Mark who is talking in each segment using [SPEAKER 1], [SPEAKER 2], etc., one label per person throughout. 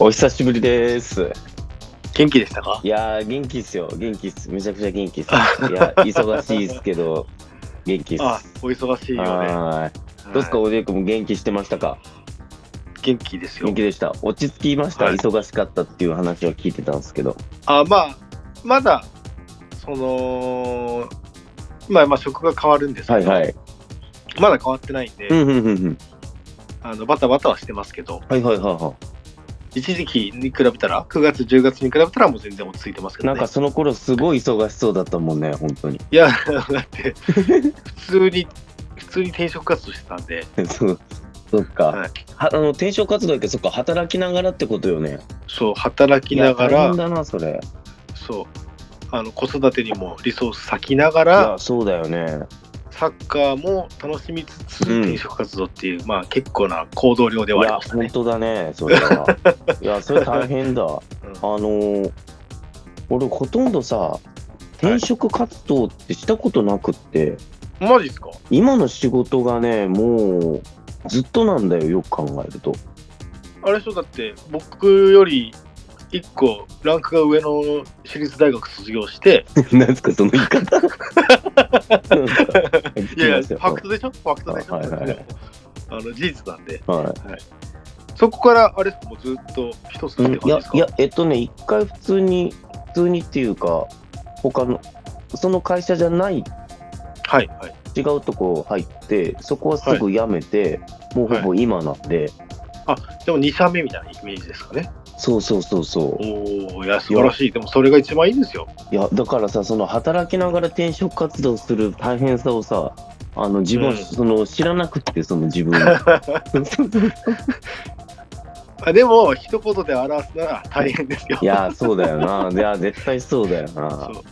[SPEAKER 1] お久しぶりです。
[SPEAKER 2] 元気でしたか
[SPEAKER 1] いやー、元気っすよ。元気っす。めちゃくちゃ元気っす。いや、忙しいっすけど、元気っす。
[SPEAKER 2] あ、お忙しいよね。は
[SPEAKER 1] はーい。
[SPEAKER 2] い
[SPEAKER 1] どうっすか、おでくも元気してましたか
[SPEAKER 2] 元気ですよ
[SPEAKER 1] 元気。でした。落ち着きました、
[SPEAKER 2] はい
[SPEAKER 1] 忙しかったっていう話を聞いてたんですけど。
[SPEAKER 2] あ、まあ、まだ、その、今、まあ、職が変わるんです
[SPEAKER 1] は
[SPEAKER 2] け
[SPEAKER 1] い
[SPEAKER 2] ど、
[SPEAKER 1] はい。
[SPEAKER 2] まだ変わってないんで、
[SPEAKER 1] うんうんうんうん。
[SPEAKER 2] あのバタバタはしてますけど、
[SPEAKER 1] はいはいはいは
[SPEAKER 2] 一時期に比べたら、9月、10月に比べたらもう全然落ち着いてますけ
[SPEAKER 1] い。
[SPEAKER 2] ど、
[SPEAKER 1] な
[SPEAKER 2] ね、
[SPEAKER 1] んかその頃すごい忙しそうだったもんね、本当に。
[SPEAKER 2] いや、だって、 普通に、普通に転職活動してたんで、
[SPEAKER 1] そう。そっか。
[SPEAKER 2] はい
[SPEAKER 1] はあの転職活動だけど、そっか、働きながらってことよね。
[SPEAKER 2] そう、働きなが
[SPEAKER 1] いや大
[SPEAKER 2] ら
[SPEAKER 1] 変、だな、それ。
[SPEAKER 2] そう、あの子育てにもリソース割きなが
[SPEAKER 1] い
[SPEAKER 2] ら
[SPEAKER 1] や、、そうだよね。
[SPEAKER 2] サッカーも楽しみつつ
[SPEAKER 1] うん
[SPEAKER 2] 転職活動っていう、まあ結構な行動量で
[SPEAKER 1] い
[SPEAKER 2] はあり
[SPEAKER 1] や、
[SPEAKER 2] ました
[SPEAKER 1] 本
[SPEAKER 2] ね。
[SPEAKER 1] 当だね、そ れは。いや、それ大変だ。あのー俺、ほとんどさ、転職活動ってしたことなくって、
[SPEAKER 2] うんマジっすか
[SPEAKER 1] 今の仕事がね、もう、ずっとなんだよ、よく考えると。
[SPEAKER 2] あれそうだって僕より一個ランクが上の私立大学卒業して、
[SPEAKER 1] 何ですか、その言い方。
[SPEAKER 2] いやいや、
[SPEAKER 1] 聞き
[SPEAKER 2] フ
[SPEAKER 1] ました
[SPEAKER 2] ァクトでしょファクトでしょ、
[SPEAKER 1] はいはいはい
[SPEAKER 2] あの事実なんで、
[SPEAKER 1] はい
[SPEAKER 2] そこからあれっすかもうずっと一つっ
[SPEAKER 1] う
[SPEAKER 2] て
[SPEAKER 1] んい
[SPEAKER 2] 感じ
[SPEAKER 1] や
[SPEAKER 2] ですか、
[SPEAKER 1] いや、えっとね、一回普通に、普通にっていうか、他の、その会社じゃない
[SPEAKER 2] はいはい。
[SPEAKER 1] 違うとこ入って、そこはすぐ辞めて、もうほぼ今なんで、
[SPEAKER 2] でも2社目みたいなイメージですかね。
[SPEAKER 1] そうそうそうそう。
[SPEAKER 2] おおいや、素晴らしい。でもそれが一番いいんですよ。
[SPEAKER 1] いやだからさその働きながら転職活動する大変さをさあの自分、
[SPEAKER 2] うん
[SPEAKER 1] その知らなくってその 自分が
[SPEAKER 2] あでも、一言で表すなら大変ですよ。
[SPEAKER 1] いやそうだよないや絶対そうだよな
[SPEAKER 2] そう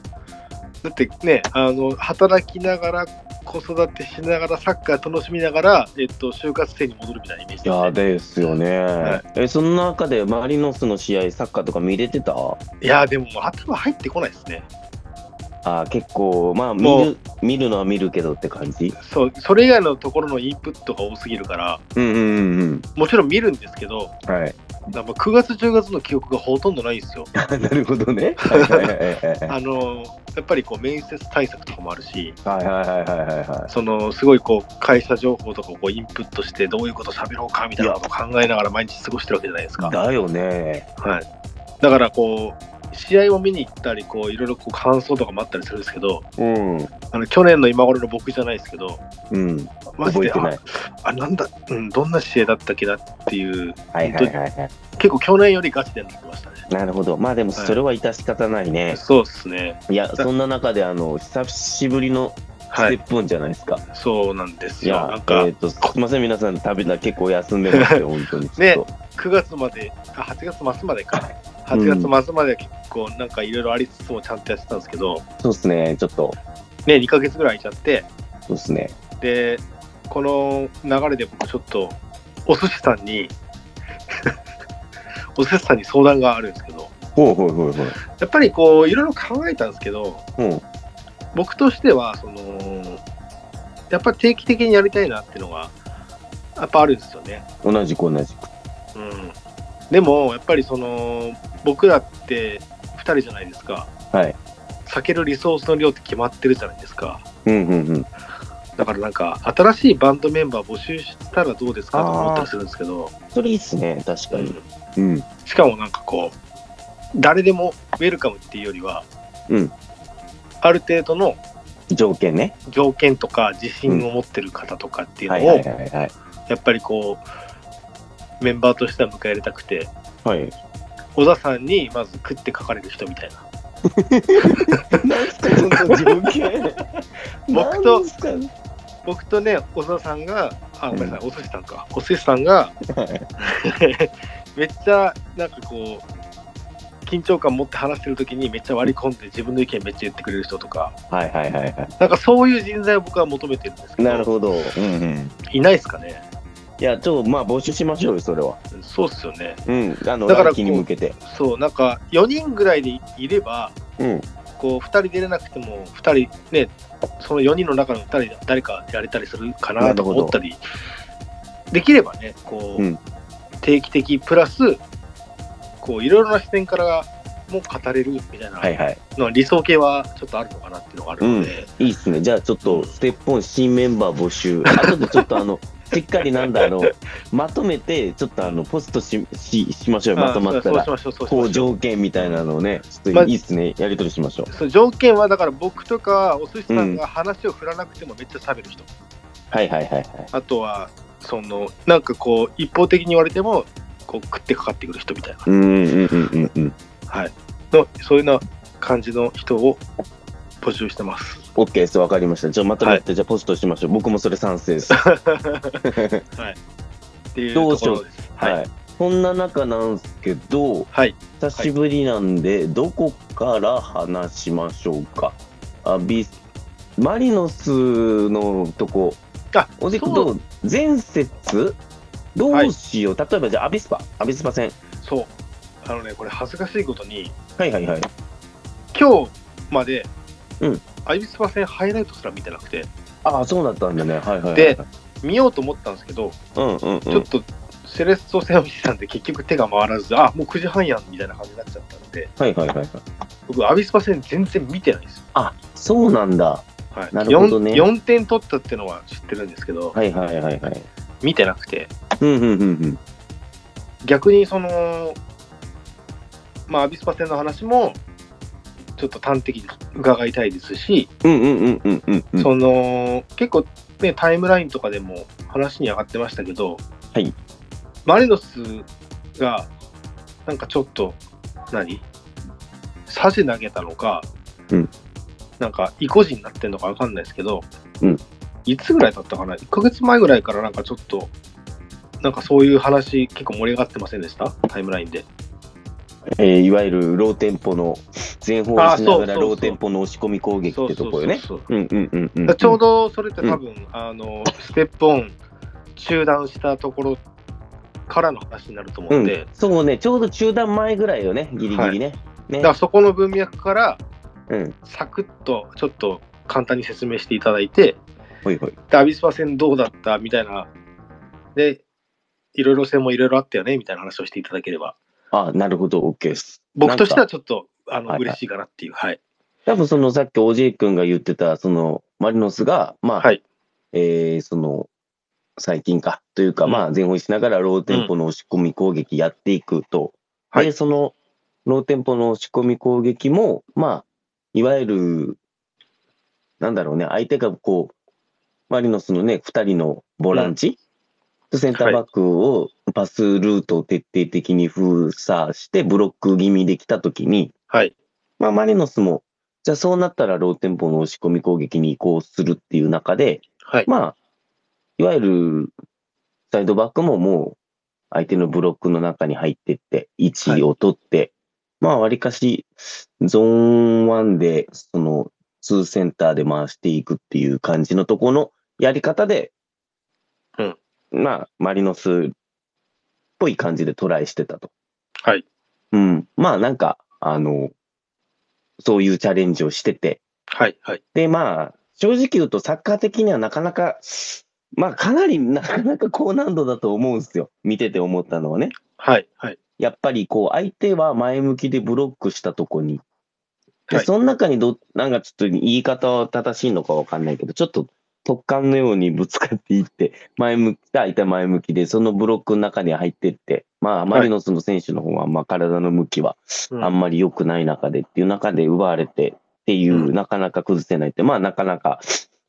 [SPEAKER 2] だってねあの働きながら子育てしながらサッカー楽しみながら、えっと、就活生に戻るみたいなイメージ
[SPEAKER 1] いやですよね、
[SPEAKER 2] は
[SPEAKER 1] えその中でマリノスの試合サッカーとか見れてた
[SPEAKER 2] いやでも頭入ってこないですね
[SPEAKER 1] あ結構まあ見
[SPEAKER 2] も
[SPEAKER 1] る見るのは見るけどって感じ
[SPEAKER 2] そうそれ以外のところのインプットが多すぎるから
[SPEAKER 1] うんうんうん
[SPEAKER 2] もちろん見るんですけど
[SPEAKER 1] うんはい
[SPEAKER 2] なんか9月10月の記憶がほとんどないんですよ
[SPEAKER 1] なるほどねはいはいはいはいはい
[SPEAKER 2] あのやっぱりこう面接対策とかもあるし
[SPEAKER 1] はいはいはいはいは
[SPEAKER 2] そのすごいこう会社情報とかをこうインプットしてどういうこと喋ろうかみたいなことを考えながら毎日過ごしてるわけじゃないですか
[SPEAKER 1] いだよね
[SPEAKER 2] はい、だからこう試合を見に行ったりこういろいろこう感想とかもあったりするんですけど
[SPEAKER 1] うん
[SPEAKER 2] あの去年の今頃の僕じゃないですけど
[SPEAKER 1] うん
[SPEAKER 2] マジ
[SPEAKER 1] 覚え
[SPEAKER 2] で
[SPEAKER 1] てない
[SPEAKER 2] ああなんだ、うん、どんな試合だったっけなっていう
[SPEAKER 1] はいはいはいはい
[SPEAKER 2] 結構去年よりガチでなってましたね
[SPEAKER 1] なるほど。まあでも、
[SPEAKER 2] はい
[SPEAKER 1] それは致し方ないね。
[SPEAKER 2] そうですね
[SPEAKER 1] い、や、そんな中で、あの、久しぶりのス
[SPEAKER 2] は
[SPEAKER 1] テ
[SPEAKER 2] い
[SPEAKER 1] ップオンじゃないですか。い、
[SPEAKER 2] そうなんですよな
[SPEAKER 1] や
[SPEAKER 2] ん、か
[SPEAKER 1] えっ、と、すいません、皆さん、旅だ、結構休んでます よ、本当に。
[SPEAKER 2] ね
[SPEAKER 1] ちょっと
[SPEAKER 2] 9月まであ8月末までか8月末までは結構なんかいろいろありつつもちゃんとやってたんですけど、
[SPEAKER 1] そうっすね、ちょっと、
[SPEAKER 2] ね、2ヶ月ぐらい空いちゃって
[SPEAKER 1] そうっすね。
[SPEAKER 2] でこの流れで僕ちょっとお寿司さんに お寿司さんに相談があるんですけど
[SPEAKER 1] ほうほうほうほう。
[SPEAKER 2] やっぱりこういろいろ考えたんですけど
[SPEAKER 1] うん、
[SPEAKER 2] 僕としてはそのやっぱり定期的にやりたいなっていうのがやっぱあるんですよね。
[SPEAKER 1] 同じく同じく。
[SPEAKER 2] うん、でもやっぱりその僕らって2人じゃないですか
[SPEAKER 1] はい。
[SPEAKER 2] 避けるリソースの量って決まってるじゃないですか
[SPEAKER 1] うんうんうん。
[SPEAKER 2] だからなんか新しいバンドメンバー募集したらどうですかとか思ったりするんですけど、
[SPEAKER 1] それいいっすね、確か
[SPEAKER 2] うん
[SPEAKER 1] に。うん。
[SPEAKER 2] しかもなんかこう誰でもウェルカムっていうよりは、
[SPEAKER 1] うん
[SPEAKER 2] ある程度の
[SPEAKER 1] 条件ね。
[SPEAKER 2] 条件とか自信を持ってる方とかっていう
[SPEAKER 1] はい
[SPEAKER 2] の
[SPEAKER 1] は
[SPEAKER 2] を
[SPEAKER 1] いはいはい。
[SPEAKER 2] やっぱりこうメンバーとしては迎え入れたくて
[SPEAKER 1] はい。
[SPEAKER 2] 小田さんにまず食って書かれる人みたいな
[SPEAKER 1] 何すか、その条件。
[SPEAKER 2] 僕と
[SPEAKER 1] なんすか
[SPEAKER 2] 僕とね小田さんがあごめんなさいお寿司さんかお寿司さん がめっちゃなんかこう緊張感持って話してる時にめっちゃ割り込んで自分の意見めっちゃ言ってくれる人とか
[SPEAKER 1] はいはいはいは
[SPEAKER 2] なんかそういう人材を僕は求めてるんですけ
[SPEAKER 1] い。
[SPEAKER 2] ど
[SPEAKER 1] なるほど。うんうん。
[SPEAKER 2] いないですかね
[SPEAKER 1] いや、ちょ、まあ、募集しましょうよ、それは。
[SPEAKER 2] そうっすよね
[SPEAKER 1] うん。あの、
[SPEAKER 2] だから
[SPEAKER 1] 来期に向けて。
[SPEAKER 2] そうなんか4人ぐらいでいれば
[SPEAKER 1] うん。
[SPEAKER 2] こう2人出れなくても2人ねその4人の中の2人誰かやれたりするかなとか思ったりできればねこう、
[SPEAKER 1] うん
[SPEAKER 2] 定期的プラスこういろいろな視点からも語れるみたいな
[SPEAKER 1] はいはい。
[SPEAKER 2] のは理想系はちょっとあるのかなっていうのがあるので、
[SPEAKER 1] いいっすね。じゃあちょっと、ステップオン新メンバー募集。あとでちょっとあの、 しっかりなんだ、あの、まとめて、ちょっとあの、ポストし、し、しましょうよ。
[SPEAKER 2] あ
[SPEAKER 1] まとまった
[SPEAKER 2] そう
[SPEAKER 1] ら
[SPEAKER 2] し。ましょうそうし
[SPEAKER 1] こ
[SPEAKER 2] ま
[SPEAKER 1] う
[SPEAKER 2] しょう
[SPEAKER 1] 条件みたいなのをね、ちょっ
[SPEAKER 2] ま
[SPEAKER 1] といいっすね。やりとりしましょう。
[SPEAKER 2] そう条件はだから僕とかお寿司さんが話を振らなくてもめっちゃ喋る人、
[SPEAKER 1] はいはいはいはい。
[SPEAKER 2] あとはそのなんかこう一方的に言われてもこう食ってかかってくる人みたいな、
[SPEAKER 1] うんうんうんうんうん。
[SPEAKER 2] はい、のそういうような感じの人を募集してます
[SPEAKER 1] オッケーです。わかりました。じゃあまとめて、じゃあポストしましょう。僕もそれ賛成です。
[SPEAKER 2] っていうところですはい、
[SPEAKER 1] はい。そんな中なんですけど、
[SPEAKER 2] はい
[SPEAKER 1] 久しぶりなんで、どこから話しましょうか。あビスマリノスのとこ、
[SPEAKER 2] あ
[SPEAKER 1] おでく
[SPEAKER 2] そう
[SPEAKER 1] どう前節どうしよう、例えばじゃあ、アビスパ、アビスパ戦。
[SPEAKER 2] そうあのねこれ恥ずかしいことに
[SPEAKER 1] はいはいはい。
[SPEAKER 2] 今日まで、
[SPEAKER 1] うん
[SPEAKER 2] アイビスパ戦ハイライトすら見てなくて
[SPEAKER 1] ああ、そうだったんだね。はいはいはい、
[SPEAKER 2] で、見ようと思ったんですけど、
[SPEAKER 1] うんうん
[SPEAKER 2] ち
[SPEAKER 1] う
[SPEAKER 2] ょっ
[SPEAKER 1] ん。
[SPEAKER 2] とセレッソ戦を見てたんで結局手が回らずあもう9時半やんみたいな感じになっちゃったので
[SPEAKER 1] はいはいはいはい。
[SPEAKER 2] 僕アビスパ戦全然見てないんですよ、
[SPEAKER 1] あそうなんだ。
[SPEAKER 2] はい、
[SPEAKER 1] なるほどね
[SPEAKER 2] 4, 点取ったっていうのは知ってるんですけど、
[SPEAKER 1] はいはいはいはい。
[SPEAKER 2] 見てなくて
[SPEAKER 1] うんうんうん
[SPEAKER 2] 逆にそのまあアビスパ戦の話もちょっと端的に伺いたいですし、
[SPEAKER 1] うん。うんうんうんうんうんうん。
[SPEAKER 2] その結構ねタイムラインとかでも話に上がってましたけど、
[SPEAKER 1] はい
[SPEAKER 2] マリノスがなんかちょっと何サジ投げたのか、
[SPEAKER 1] うん
[SPEAKER 2] なんか意固地になってるのかわかんないですけど、
[SPEAKER 1] うん
[SPEAKER 2] いつぐらいだったかな1ヶ月前ぐらいからなんかちょっとなんかそういう話結構盛り上がってませんでしたタイムラインで。
[SPEAKER 1] えーいわゆるローテンポの前方をしながら
[SPEAKER 2] あそうそうそう
[SPEAKER 1] ローテンポの押し込み攻撃ってとこよね。
[SPEAKER 2] そうそうそうそう
[SPEAKER 1] うんうんうんうん
[SPEAKER 2] だからちょう
[SPEAKER 1] ど
[SPEAKER 2] どそれって多分、あのステップオン中断したところからの話になると思うんで、
[SPEAKER 1] そうねちょうど中断前ぐらいよねギリギリね。ね
[SPEAKER 2] だからそこの文脈から
[SPEAKER 1] うん
[SPEAKER 2] サクッとちょっと簡単に説明していただいて
[SPEAKER 1] ほいほい。
[SPEAKER 2] でアビスパ戦どうだったみたいなでいろいろ戦もいろいろあったよねみたいな話をしていただければ
[SPEAKER 1] あなるほど OK です。
[SPEAKER 2] 僕として
[SPEAKER 1] なん
[SPEAKER 2] は
[SPEAKER 1] か
[SPEAKER 2] ちょっとあの、
[SPEAKER 1] はいはい
[SPEAKER 2] 嬉しいかなっていうはい
[SPEAKER 1] 多分そのさっき OJ 君が言ってたそのマリノスがまあ、
[SPEAKER 2] はい
[SPEAKER 1] えーその最近かというか、
[SPEAKER 2] うん
[SPEAKER 1] まあ前方にしながらローテンポの押し込み攻撃やっていくと、
[SPEAKER 2] はい
[SPEAKER 1] でそのローテンポの押し込み攻撃もまあいわゆるなんだろうね相手がこうマリノスのね2人のボランチ、とセンターバックをパスルートを徹底的に封鎖してブロック気味できた時に、
[SPEAKER 2] はい
[SPEAKER 1] まあ、マリノスも、じゃあそうなったらローテンポの押し込み攻撃に移行するっていう中で、
[SPEAKER 2] はい、
[SPEAKER 1] まあ、いわゆるサイドバックももう相手のブロックの中に入ってって、位置を取って、まあ、わりかしゾーン1で、その、2センターで回していくっていう感じのところのやり方で、
[SPEAKER 2] うん
[SPEAKER 1] まあ、マリノスっぽい感じでトライしてたと。
[SPEAKER 2] はい
[SPEAKER 1] うん。まあ、なんか、あの、そういうチャレンジをしてて、
[SPEAKER 2] はいはい
[SPEAKER 1] で、まあ、正直言うと、サッカー的にはなかなか、まあ、かなりなかなか高難度だと思うんですよ。見てて思ったのはね。
[SPEAKER 2] はいはい
[SPEAKER 1] やっぱり、こう、相手は前向きでブロックしたとこに、で
[SPEAKER 2] はい
[SPEAKER 1] その中にど、なんかちょっと言い方は正しいのかわかんないけど、ちょっと突貫のようにぶつかっていって、前向き、相手は前向きで、そのブロックの中に入ってって、まあ、マリノスの選手の方は、まあ、体の向きは
[SPEAKER 2] うん
[SPEAKER 1] あんまり良くない中でっていう中で奪われてっていうう、
[SPEAKER 2] ん
[SPEAKER 1] なかなか崩せないって、まあなかなか、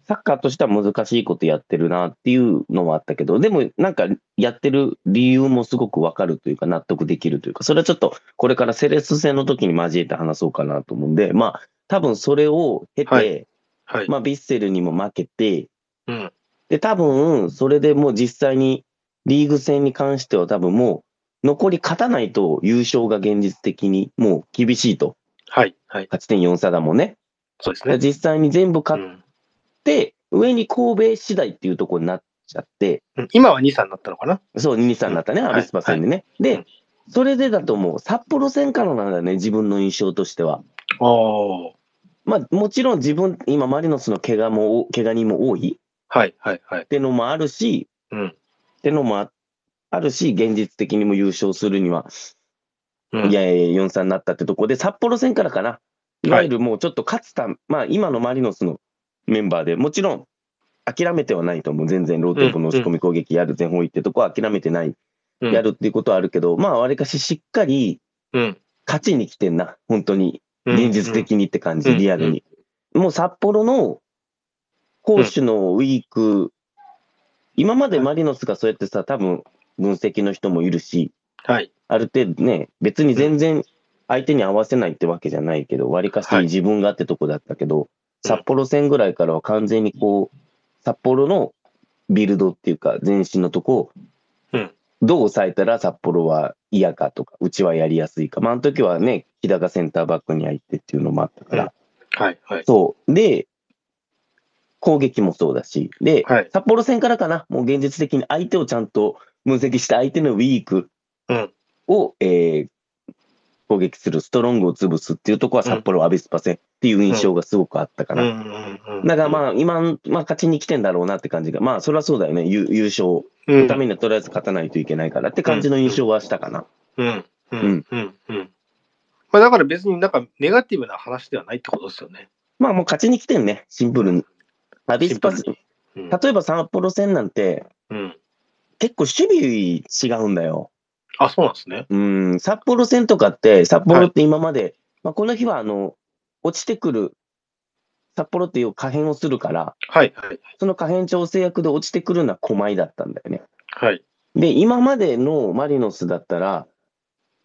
[SPEAKER 1] サッカーとしては難しいことやってるなっていうのはあったけど、でもなんかやってる理由もすごくわかるというか納得できるというか、それはちょっとこれからセレッソ戦の時に交えて話そうかなと思うんで、まあ多分それを経て、
[SPEAKER 2] ははい、
[SPEAKER 1] まあヴィッセルにも負けて、
[SPEAKER 2] うん
[SPEAKER 1] で、多分、それでもう実際に、リーグ戦に関しては多分もう、残り勝たないと優勝が現実的にもう厳しいと。
[SPEAKER 2] はいはい
[SPEAKER 1] 勝ち点4差だもんね。
[SPEAKER 2] そうですね
[SPEAKER 1] 実際に全部
[SPEAKER 2] う
[SPEAKER 1] 勝っ
[SPEAKER 2] ん
[SPEAKER 1] て、上に神戸次第っていうところになっちゃって、
[SPEAKER 2] うん今は2、3になったのかな
[SPEAKER 1] そう、2、3になったね、
[SPEAKER 2] うん
[SPEAKER 1] アビスパ戦でね。
[SPEAKER 2] う
[SPEAKER 1] で
[SPEAKER 2] ん、
[SPEAKER 1] それでだともう、札幌戦からなんだよね、自分の印象としては。
[SPEAKER 2] ああ。
[SPEAKER 1] まあ、もちろん自分、今、マリノスの怪我も多、怪我人も多い
[SPEAKER 2] はいはいはい
[SPEAKER 1] っ。てのもあるし、
[SPEAKER 2] うん
[SPEAKER 1] ってのもああるし、現実的にも優勝するには、
[SPEAKER 2] うん
[SPEAKER 1] いやいや43になったってとこで、札幌戦からかな、いわゆるもうちょっと勝つた、まあ今のマリノスのメンバーでもちろん諦めてはないと思う、全然ローテンポの押し込み攻撃やる、全方位ってとこは諦めてない、
[SPEAKER 2] うん
[SPEAKER 1] やるっていうことはあるけど、まあわりかししっかり
[SPEAKER 2] うん
[SPEAKER 1] 勝ちに来てんな、本当に、現実的にって感じ、
[SPEAKER 2] うん
[SPEAKER 1] リアルに。もう札幌の攻守のウィーク、今までマリノスがそうやってさ、多分分析の人もいるし、
[SPEAKER 2] はい
[SPEAKER 1] ある程度ね、別に全然相手に合わせないってわけじゃないけど、わりかし
[SPEAKER 2] はい
[SPEAKER 1] 自分がってとこだったけど、札幌戦ぐらいからは完全にこう、札幌のビルドっていうか、前身のとこを
[SPEAKER 2] うん、
[SPEAKER 1] どう抑えたら札幌は嫌かとか、うちはやりやすいか、まあ、あの時はね、木田がセンターバックに入ってっていうのもあったから、
[SPEAKER 2] うんはいはい
[SPEAKER 1] そう。で、攻撃もそうだし、で、
[SPEAKER 2] はい
[SPEAKER 1] 札幌戦からかな、もう現実的に相手をちゃんと分析して、相手のウィーク
[SPEAKER 2] うん
[SPEAKER 1] を、えー攻撃する、ストロングを潰すっていうところは
[SPEAKER 2] うん
[SPEAKER 1] 札幌アビスパ戦っていう印象がすごくあったか
[SPEAKER 2] うんう
[SPEAKER 1] な。
[SPEAKER 2] んうん
[SPEAKER 1] だからまあ、今、まあ、勝ちに来てんだろうなって感じが、まあ、それはそうだよね、優優勝
[SPEAKER 2] うん
[SPEAKER 1] のためにはとりあえず勝たないといけないからって感じの印象はしたかな。
[SPEAKER 2] うんうんう
[SPEAKER 1] う
[SPEAKER 2] んんうんうんまあだから別になんかネガティブな話ではないってことですよね。
[SPEAKER 1] まあ、もう勝ちに来てんね、シンプルに。アビスパ
[SPEAKER 2] シ
[SPEAKER 1] 戦、
[SPEAKER 2] うん
[SPEAKER 1] 例えば札幌戦なんて、
[SPEAKER 2] うん。
[SPEAKER 1] 結構守備違うんだよ。
[SPEAKER 2] あ、そうなんですね。
[SPEAKER 1] うん、札幌戦とかって、札幌って今まで、まあ、この日はあの落ちてくる、札幌っていう可変をするから、
[SPEAKER 2] はいはい
[SPEAKER 1] その可変調整役で落ちてくるのは狛江だったんだよね。
[SPEAKER 2] はい。
[SPEAKER 1] で、今までのマリノスだったら、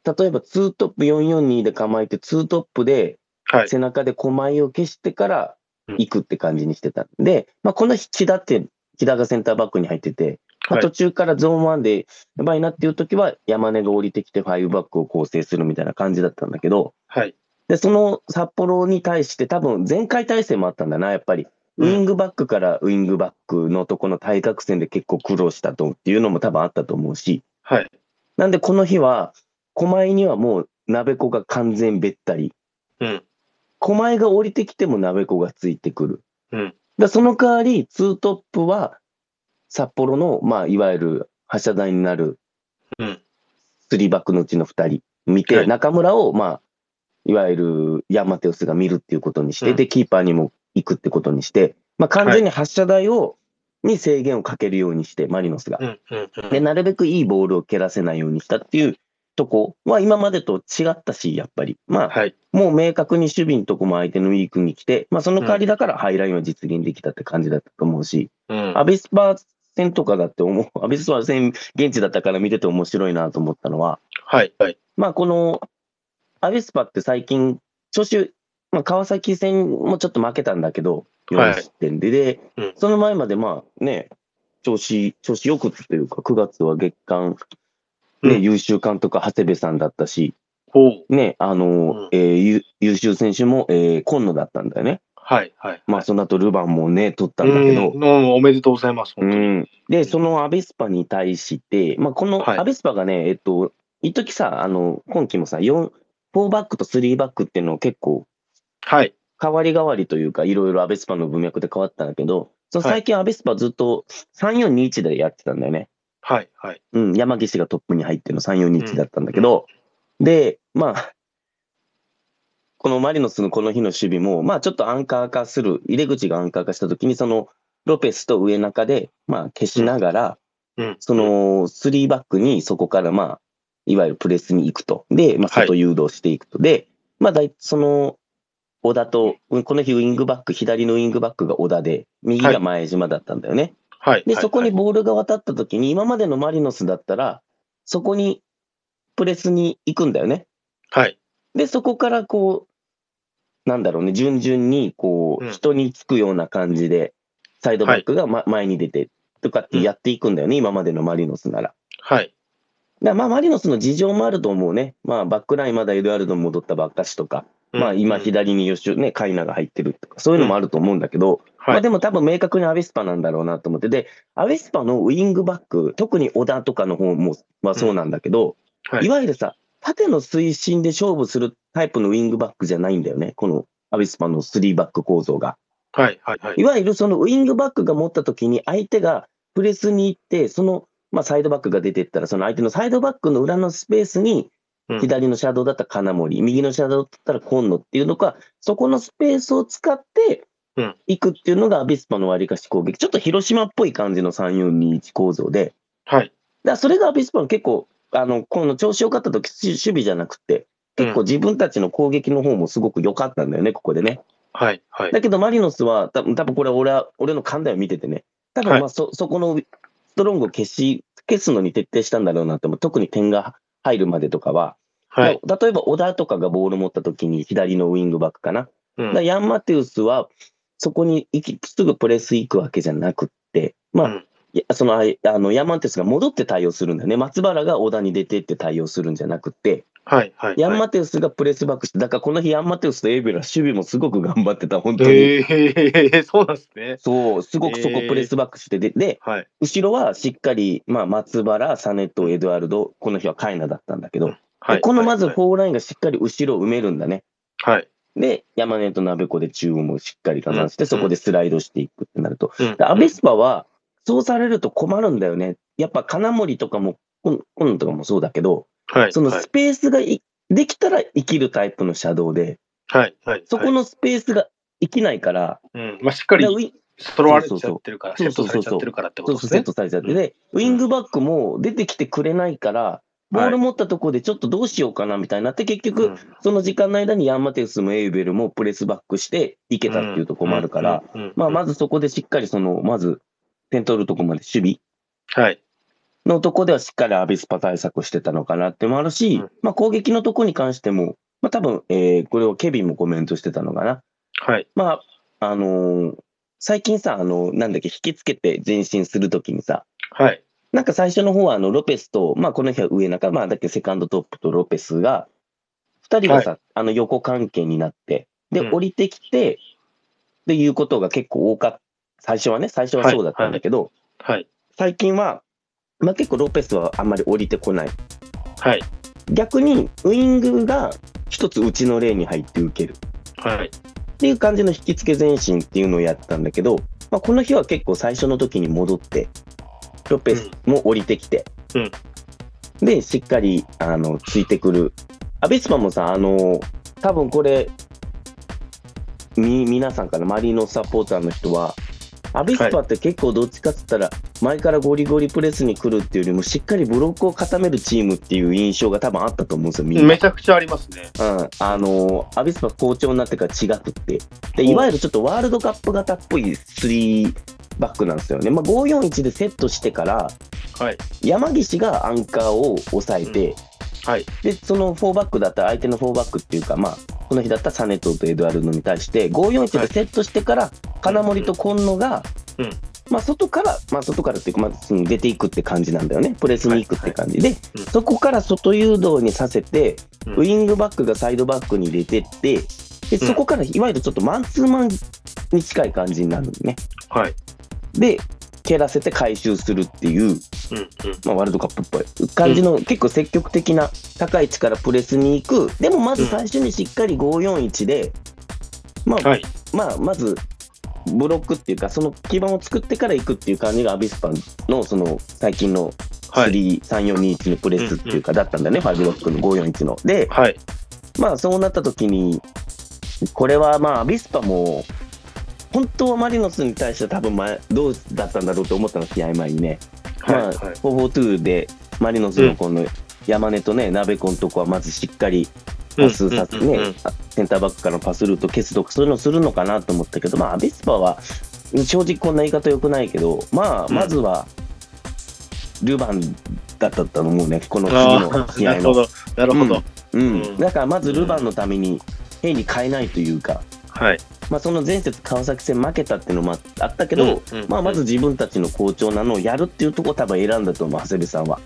[SPEAKER 1] 例えば2トップ442で構えて、2トップで
[SPEAKER 2] はい。
[SPEAKER 1] 背中で狛江を消してから
[SPEAKER 2] うん
[SPEAKER 1] 行くって感じにしてたんで、まあ、この日、木田って、木田がセンターバックに入ってて、まあ
[SPEAKER 2] はい
[SPEAKER 1] 途中からゾーン1でやばいなっていう時は山根が降りてきて5バックを構成するみたいな感じだったんだけど、
[SPEAKER 2] はい。
[SPEAKER 1] で、その札幌に対して多分前回体制もあったんだな、やっぱり。ウ
[SPEAKER 2] うん
[SPEAKER 1] ィングバックからウィングバックのとこの対角線で結構苦労したとっていうのも多分あったと思うし、
[SPEAKER 2] はい。
[SPEAKER 1] なんでこの日は、狛江にはもう鍋子が完全べったり、
[SPEAKER 2] うん。
[SPEAKER 1] 狛江が降りてきても鍋子がついてくる。
[SPEAKER 2] うん。
[SPEAKER 1] でその代わり、ツートップは札幌の、まあ、いわゆる発射台になる
[SPEAKER 2] うん。
[SPEAKER 1] 3バックのうちの2人見て、
[SPEAKER 2] はい
[SPEAKER 1] 中村を、まあ、いわゆるヤンマテウスが見るっていうことにして、
[SPEAKER 2] うん
[SPEAKER 1] で、キーパーにも行くってことにして、まあ、完全に発射台を、に制限をかけるようにして、マリノスが
[SPEAKER 2] う。ん。うん。
[SPEAKER 1] で、なるべくいいボールを蹴らせないようにしたっていうとこは今までと違ったし、やっぱり。まあ、
[SPEAKER 2] はい。
[SPEAKER 1] もう明確に守備のとこも相手のウィークに来て、まあ、その代わりだからハイラインは実現できたって感じだったと思うし、
[SPEAKER 2] うん。
[SPEAKER 1] アビスパ戦とかだって思う、アビ スパ戦現地だったから見てて面白いなと思ったのは、
[SPEAKER 2] はい。はい。
[SPEAKER 1] まあ、このアビスパって最近、調子、まあ、川崎戦もちょっと負けたんだけど、
[SPEAKER 2] はい
[SPEAKER 1] 4失点で、で、
[SPEAKER 2] うん
[SPEAKER 1] その前までまあね、調子、調子よくというか、9月は月間、ね
[SPEAKER 2] うん
[SPEAKER 1] 優秀監督、長谷部さんだったし、
[SPEAKER 2] ほう。
[SPEAKER 1] ね、あの
[SPEAKER 2] うん
[SPEAKER 1] えー優優秀選手も、えー、今野だったんだよね。
[SPEAKER 2] はい。はい。
[SPEAKER 1] まあ、その後ルヴァンもね、取ったんだけど
[SPEAKER 2] う、んうんおめでとうございます。
[SPEAKER 1] う
[SPEAKER 2] 本当に
[SPEAKER 1] ん、で、そのアビスパに対して、まあ、この
[SPEAKER 2] はい
[SPEAKER 1] アビスパがね、えっと、一時さ、あの、今季もさ、4、4バックと3バックっていうのを結構、
[SPEAKER 2] はい。
[SPEAKER 1] 代わり代わりというか、いろいろアビスパの文脈で変わったんだけど、その
[SPEAKER 2] はい
[SPEAKER 1] 最近アビスパずっと3421でやってたんだよね。
[SPEAKER 2] はい。はい。
[SPEAKER 1] うん、山岸がトップに入っての3421だったんだけど、で、まあ、このマリノスのこの日の守備も、まあちょっとアンカー化する、入れ口がアンカー化したときに、そのロペスと上中で、まあ消しながら、
[SPEAKER 2] うん。
[SPEAKER 1] その3バックにそこからまあ、いわゆるプレスに行くと。で、まあ、
[SPEAKER 2] はい
[SPEAKER 1] 外誘導していくと。で、まあだい、その、小田と、うんこの日ウィングバック、左のウィングバックが小田で、右が前島だったんだよね。
[SPEAKER 2] はい。
[SPEAKER 1] で、
[SPEAKER 2] はい
[SPEAKER 1] そこに
[SPEAKER 2] はい
[SPEAKER 1] ボールが渡った時に、今までのマリノスだったら、そこにプレスに行くんだよね。
[SPEAKER 2] はい。
[SPEAKER 1] で、そこからこう、なんだろうね、順々に、こ
[SPEAKER 2] う
[SPEAKER 1] う、
[SPEAKER 2] ん
[SPEAKER 1] 人につくような感じで、サイドバックが、ま前に出てとかってやっていくんだよね、今までのマリノスなら。
[SPEAKER 2] はい。
[SPEAKER 1] だからまあ、マリノスの事情もあると思うね。まあ、バックラインまだエルアルド戻ったばっかしとか、まあ、今
[SPEAKER 2] うん
[SPEAKER 1] 左に吉ね、カイナが入ってるとか、そういうのもあると思うんだけど、
[SPEAKER 2] は
[SPEAKER 1] まあ
[SPEAKER 2] い。
[SPEAKER 1] でも多分明確にアビスパなんだろうなと思って、で、アビスパのウイングバック、特に小田とかの方も、まあそうなんだけど、
[SPEAKER 2] はい
[SPEAKER 1] いわゆるさ、縦の推進で勝負するタイプのウイングバックじゃないんだよね、このアビスパの3バック構造が。
[SPEAKER 2] はい。はい。はい
[SPEAKER 1] いわゆるそのウイングバックが持った時に相手がプレスに行って、その、まあ、サイドバックが出ていったら、その相手のサイドバックの裏のスペースに
[SPEAKER 2] うん
[SPEAKER 1] 左のシャドウだったら金森、右のシャドウだったら今野っていうのか、そこのスペースを使って
[SPEAKER 2] うん
[SPEAKER 1] いくっていうのがアビスパの割りかし攻撃。ちょっと広島っぽい感じの3-4-2-1構造で、
[SPEAKER 2] はい。
[SPEAKER 1] だからそれがアビスパの結構、あの、この調子良かった時、守備じゃなくて、結構
[SPEAKER 2] うん
[SPEAKER 1] 自分たちの攻撃の方もすごく良かったんだよね、ここでね。
[SPEAKER 2] はい。はい。
[SPEAKER 1] だけどマリノスは、た多分これ俺は、俺の勘だよ見ててね。多分ま
[SPEAKER 2] は
[SPEAKER 1] あそ、そこのストロングを消し、消すのに徹底したんだろうなって思う、特に点が入るまでとかは。
[SPEAKER 2] はい。
[SPEAKER 1] だ例えば小田とかがボール持った時に左のウイングバックかな。
[SPEAKER 2] う
[SPEAKER 1] だから
[SPEAKER 2] ん。
[SPEAKER 1] ヤン・マテウスは、そこに行きすぐプレス行くわけじゃなくって、まあ、
[SPEAKER 2] うん
[SPEAKER 1] いやそのあいあのヤンマテウスが戻って対応するんだよね。松原が小田に出てって対応するんじゃなくて、
[SPEAKER 2] はい。はい。
[SPEAKER 1] ヤンマテウスがプレスバックして、だからこの日ヤンマテウスとエーベルは守備もすごく頑張ってた、本当に。
[SPEAKER 2] ええ、そうなんですね。
[SPEAKER 1] そう、すごくそこプレスバックしてで、で、
[SPEAKER 2] はい。
[SPEAKER 1] 後ろはしっかり、まあ、松原、サネット、エドワルド、この日はカイナだったんだけど、
[SPEAKER 2] はい。
[SPEAKER 1] でこのまず
[SPEAKER 2] はい
[SPEAKER 1] フォーラインがしっかり後ろを埋めるんだね。
[SPEAKER 2] はい。
[SPEAKER 1] で、山根と鍋子で中央もしっかり加算して、
[SPEAKER 2] うん
[SPEAKER 1] そこでスライドしていくってなると。
[SPEAKER 2] うん
[SPEAKER 1] でアベスパは、そうされると困るんだよね。やっぱ金森とかも、こんこんとかもそうだけど、
[SPEAKER 2] はい。
[SPEAKER 1] その
[SPEAKER 2] はい
[SPEAKER 1] スペースがいできたら生きるタイプのシャドウで、
[SPEAKER 2] はい。はい。
[SPEAKER 1] そこのスペースが生きないから、
[SPEAKER 2] はい。うん。まあ、しっかり
[SPEAKER 1] だからウィ
[SPEAKER 2] 揃われちゃってるから、
[SPEAKER 1] そ
[SPEAKER 2] セ
[SPEAKER 1] う
[SPEAKER 2] ット
[SPEAKER 1] そう
[SPEAKER 2] さ
[SPEAKER 1] そう
[SPEAKER 2] れ
[SPEAKER 1] そう
[SPEAKER 2] ちゃってるからってこ
[SPEAKER 1] そ
[SPEAKER 2] とで
[SPEAKER 1] うそ
[SPEAKER 2] す
[SPEAKER 1] うセッ
[SPEAKER 2] ね。
[SPEAKER 1] トされちゃって、で、ウィングバックも出てきてくれないから、ボール持ったところでちょっとどうしようかなみたいになって、結局、
[SPEAKER 2] うん
[SPEAKER 1] その時間の間にヤンマテウスもエウベルもプレスバックしていけたっていうところもあるから、、
[SPEAKER 2] うんうんうん
[SPEAKER 1] まあ、まずそこでしっかりその、まず、点取るとこまで守
[SPEAKER 2] はい。
[SPEAKER 1] 備のとこではしっかりアビスパ対策をしてたのかなってもあるし、
[SPEAKER 2] うん
[SPEAKER 1] まあ、攻撃のとこに関しても、まあ、多分、えーこれをケビンもコメントしてたのかな。
[SPEAKER 2] はい。
[SPEAKER 1] まあ、あのー最近さ、あのなんだっけ、引きつけて前進するときにさ、
[SPEAKER 2] はい。
[SPEAKER 1] なんか最初の方はあのロペスと、まあ、この日は上中、まあ、だっけセカンドトップとロペスが、2人がさ、あの横関係になって、で、
[SPEAKER 2] うん
[SPEAKER 1] 降りてきて、っていうことが結構多かった、最初はね、最初はそうだったんだけど、
[SPEAKER 2] はい。
[SPEAKER 1] 最近は、まあ、結構ロペスはあんまり降りてこない。
[SPEAKER 2] はい。
[SPEAKER 1] 逆に、ウイングが一つうちの例に入って受ける。
[SPEAKER 2] はい。
[SPEAKER 1] っていう感じの引き付け前進っていうのをやったんだけど、まあ、この日は結構最初の時に戻って、ロペスも降りてきて、
[SPEAKER 2] うん
[SPEAKER 1] で、しっかり、あの、ついてくる。アベスパもさ、あの、多分これ、み、皆さんからマリノスサポーターの人は、アベスパって結構どっちかっつったら、前からゴリゴリプレスに来るっていうよりも、しっかりブロックを固めるチームっていう印象が多分あったと思うんですよ、みんな。
[SPEAKER 2] めちゃくちゃありますね。
[SPEAKER 1] うん、あのーアビスパ好調になってから違くってで、
[SPEAKER 2] お
[SPEAKER 1] いわゆるちょっとワールドカップ型っぽい3バックなんですよね、まあ、541でセットしてから、
[SPEAKER 2] はい。
[SPEAKER 1] 山岸がアンカーを抑えて、
[SPEAKER 2] はい。
[SPEAKER 1] でその4バックだったら、相手の4バックっていうか、まあ、この日だったらサネトとエドワルドに対して、541でセットしてから、金森と今野が、
[SPEAKER 2] うん
[SPEAKER 1] まあ、外から、まあ、外からっていうか、まあ、その出ていくって感じなんだよね、プレスに行くって感じで、
[SPEAKER 2] うん
[SPEAKER 1] そこから外誘導にさせて、
[SPEAKER 2] うん
[SPEAKER 1] ウイングバックがサイドバックに入れてって、でそこからいわゆるちょっとマンツーマンに近い感じになるのね。
[SPEAKER 2] はい。
[SPEAKER 1] で、蹴らせて回収するっていう。
[SPEAKER 2] うん。うん。
[SPEAKER 1] まあ、ワールドカップっぽい感じの、結構積極的な高い位置からプレスに行くでもまず最初にしっかり541で、まあ
[SPEAKER 2] はい。
[SPEAKER 1] まあ、まずブロックっていうかその基盤を作ってから行くっていう感じがアビスパのその最近の
[SPEAKER 2] はい。
[SPEAKER 1] 33421のプレスっていうかだったんだよね、5ロックの541の。で、
[SPEAKER 2] はい。
[SPEAKER 1] まあ、そうなった時にこれはまあアビスパも本当はマリノスに対しては多分前どうだったんだろうと思ったの試合前にね。
[SPEAKER 2] はい。
[SPEAKER 1] まあ、
[SPEAKER 2] はい。
[SPEAKER 1] 442でマリノスのこの山根とね、鍋子のとこはまずしっかりパスさせてね、センターバックからのパスルート、結とかそういうのするのかなと思ったけど、まあ、アベスパは正直こんな言い方良くないけど、まあ、
[SPEAKER 2] うん
[SPEAKER 1] まずはルヴァンだったと思うね、この次
[SPEAKER 2] あ
[SPEAKER 1] の
[SPEAKER 2] あ、
[SPEAKER 1] 試
[SPEAKER 2] な
[SPEAKER 1] 合
[SPEAKER 2] るほ
[SPEAKER 1] の。
[SPEAKER 2] ど。なるほど。
[SPEAKER 1] う、
[SPEAKER 2] うんん
[SPEAKER 1] だからまずルヴァンのために変に変えないというか、
[SPEAKER 2] はい。
[SPEAKER 1] まあ、その前節川崎戦負けたっていうのもあったけど、
[SPEAKER 2] うんうん
[SPEAKER 1] まあ、まず自分たちの好調なのをやるっていうところを多分選んだと思う、長谷部さんは。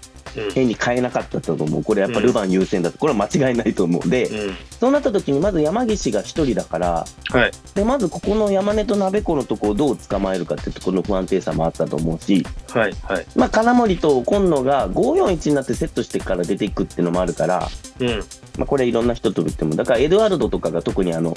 [SPEAKER 1] 変に変えなかったと思う、これやっぱルヴァン優先だと、これは間違いないと思う。で、
[SPEAKER 2] うん。うん。
[SPEAKER 1] そうなった時に、まず山岸が1人だから、
[SPEAKER 2] はい。
[SPEAKER 1] でまずここの山根と鍋子のとこをどう捕まえるかってところの不安定さもあったと思うし、
[SPEAKER 2] はい。はい。
[SPEAKER 1] まあ、金森と今野が541になってセットしてから出ていくっていうのもあるから、
[SPEAKER 2] うん。
[SPEAKER 1] まあ、これいろんな人と言っても、だからエドワルドとかが特にあの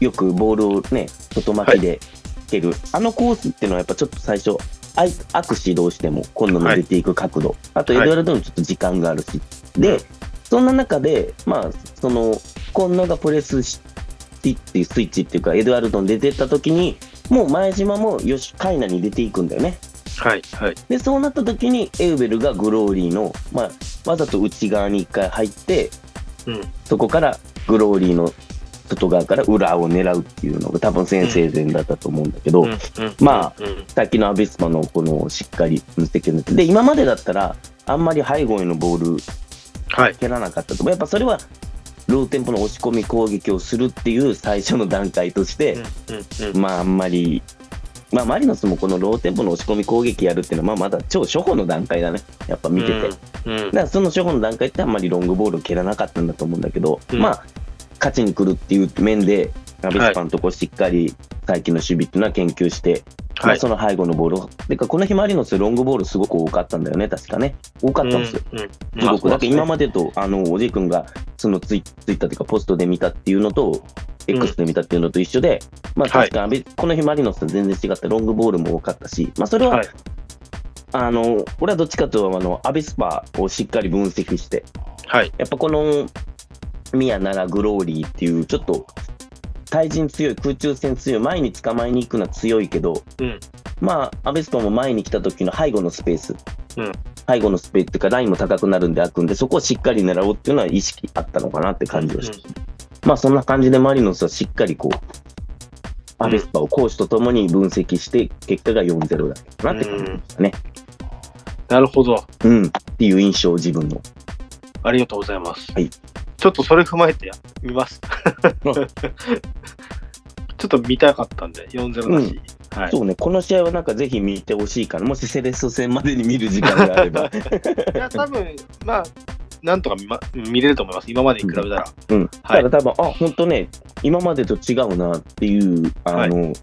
[SPEAKER 1] よくボールをね、外巻きで蹴る、あのコースっていうのはやっぱちょっと最初、あい握手どうしても今野の出ていく角度、あとエドワルドにちょっと時間があるし、で、そんな中で、まあ、その、コンノがプレスしスイッチ、スイッチっていうか、エドワルドに出てった時に、もう前島もよし、カイナに出ていくんだよね。
[SPEAKER 2] はい、はい。
[SPEAKER 1] で、そうなった時に、エウベルがグローリーの、まあ、わざと内側に一回入って、
[SPEAKER 2] うん
[SPEAKER 1] そこからグローリーの外側から裏を狙うっていうのが多分先生前だったと思うんだけど、
[SPEAKER 2] うんうん
[SPEAKER 1] ま
[SPEAKER 2] うんうん
[SPEAKER 1] さっきのアビスパのこのしっかり分析を塗って、で、今までだったら、あんまり背後へのボール
[SPEAKER 2] はい、
[SPEAKER 1] 蹴らなかったと。やっぱそれは、ローテンポの押し込み攻撃をするっていう最初の段階として、
[SPEAKER 2] うんうんうん
[SPEAKER 1] まああんまり、まあマリノスもこのローテンポの押し込み攻撃やるっていうのは、まあまだ超初歩の段階だね。やっぱ見てて。だか
[SPEAKER 2] うんうん
[SPEAKER 1] らその初歩の段階ってあんまりロングボールを蹴らなかったんだと思うんだけど、
[SPEAKER 2] うん
[SPEAKER 1] まあ、勝ちに来るっていう面で、アビスパのとこしっかり最近の守備っていうのは研究して、ま
[SPEAKER 2] は
[SPEAKER 1] あ
[SPEAKER 2] い
[SPEAKER 1] その背後のボールを。てかこの日マリノスロングボールすごく多かったんだよね、確かね。多かったんですよ。
[SPEAKER 2] うんうん
[SPEAKER 1] すごく。
[SPEAKER 2] ま
[SPEAKER 1] だ
[SPEAKER 2] あ
[SPEAKER 1] って今
[SPEAKER 2] そう
[SPEAKER 1] までと、あの、おじい君が、そのツイツイッターというか、ポストで見たっていうのと、
[SPEAKER 2] うん
[SPEAKER 1] X で見たっていうのと一緒で、まあ
[SPEAKER 2] はい
[SPEAKER 1] 確かに、この日マリノスと全然違った、ロングボールも多かったし、まあそれ
[SPEAKER 2] ですね
[SPEAKER 1] は、
[SPEAKER 2] はい
[SPEAKER 1] あの、俺はどっちかというと、あの、アビスパをしっかり分析して、
[SPEAKER 2] はい、
[SPEAKER 1] やっぱこの、ミアならグローリーっていう、ちょっと、対人強い、空中戦強い、前に捕まえに行くのは強いけど、
[SPEAKER 2] うん
[SPEAKER 1] まあ、アベスパも前に来た時の背後のスペース、
[SPEAKER 2] うん
[SPEAKER 1] 背後のスペースっていうか、ラインも高くなるんで開くんで、そこをしっかり狙おうっていうのは意識あったのかなって感じをして、まあ、そんな感じでマリノスはしっかりこう、アベスパを攻守とともに分析して、結果が4-0だったかなって感じでしたね。
[SPEAKER 2] なるほど。
[SPEAKER 1] うん、っていう印象、自分の。
[SPEAKER 2] ありがとうございます。
[SPEAKER 1] はい
[SPEAKER 2] ちょっとそれ踏まえてみます。 ちょっと見たかったんで、4-0だし。はい。
[SPEAKER 1] そうね、この試合はなんかぜひ見てほしいから、もしセレッソ戦までに見る時間が あれば。
[SPEAKER 2] いや、多分、まあ、なんとか見,、ま、見れると思います。今までに比べたら。
[SPEAKER 1] うん、だ
[SPEAKER 2] は
[SPEAKER 1] か
[SPEAKER 2] い
[SPEAKER 1] ら多分、あ、本当ね、今までと違うなっていう、あの、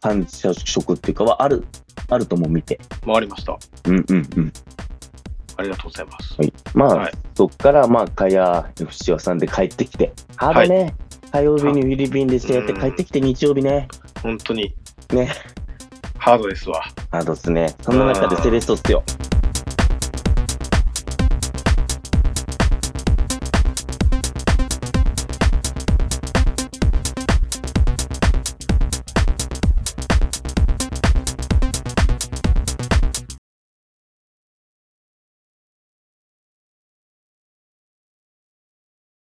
[SPEAKER 1] 感触っていうかはある、あるとも見て。
[SPEAKER 2] 回りました。
[SPEAKER 1] うんうんうん。
[SPEAKER 2] ありがとうございます。
[SPEAKER 1] はい。まあ、
[SPEAKER 2] はい
[SPEAKER 1] そっから、まあ、かや FC はさんで帰ってきて、あれね、火曜日にフィリピンで試合やって
[SPEAKER 2] うん
[SPEAKER 1] 帰ってきて日曜日ね、
[SPEAKER 2] 本当に。
[SPEAKER 1] ね。
[SPEAKER 2] ハードですわ。
[SPEAKER 1] あのですね、そんな中でセレッソっすよ。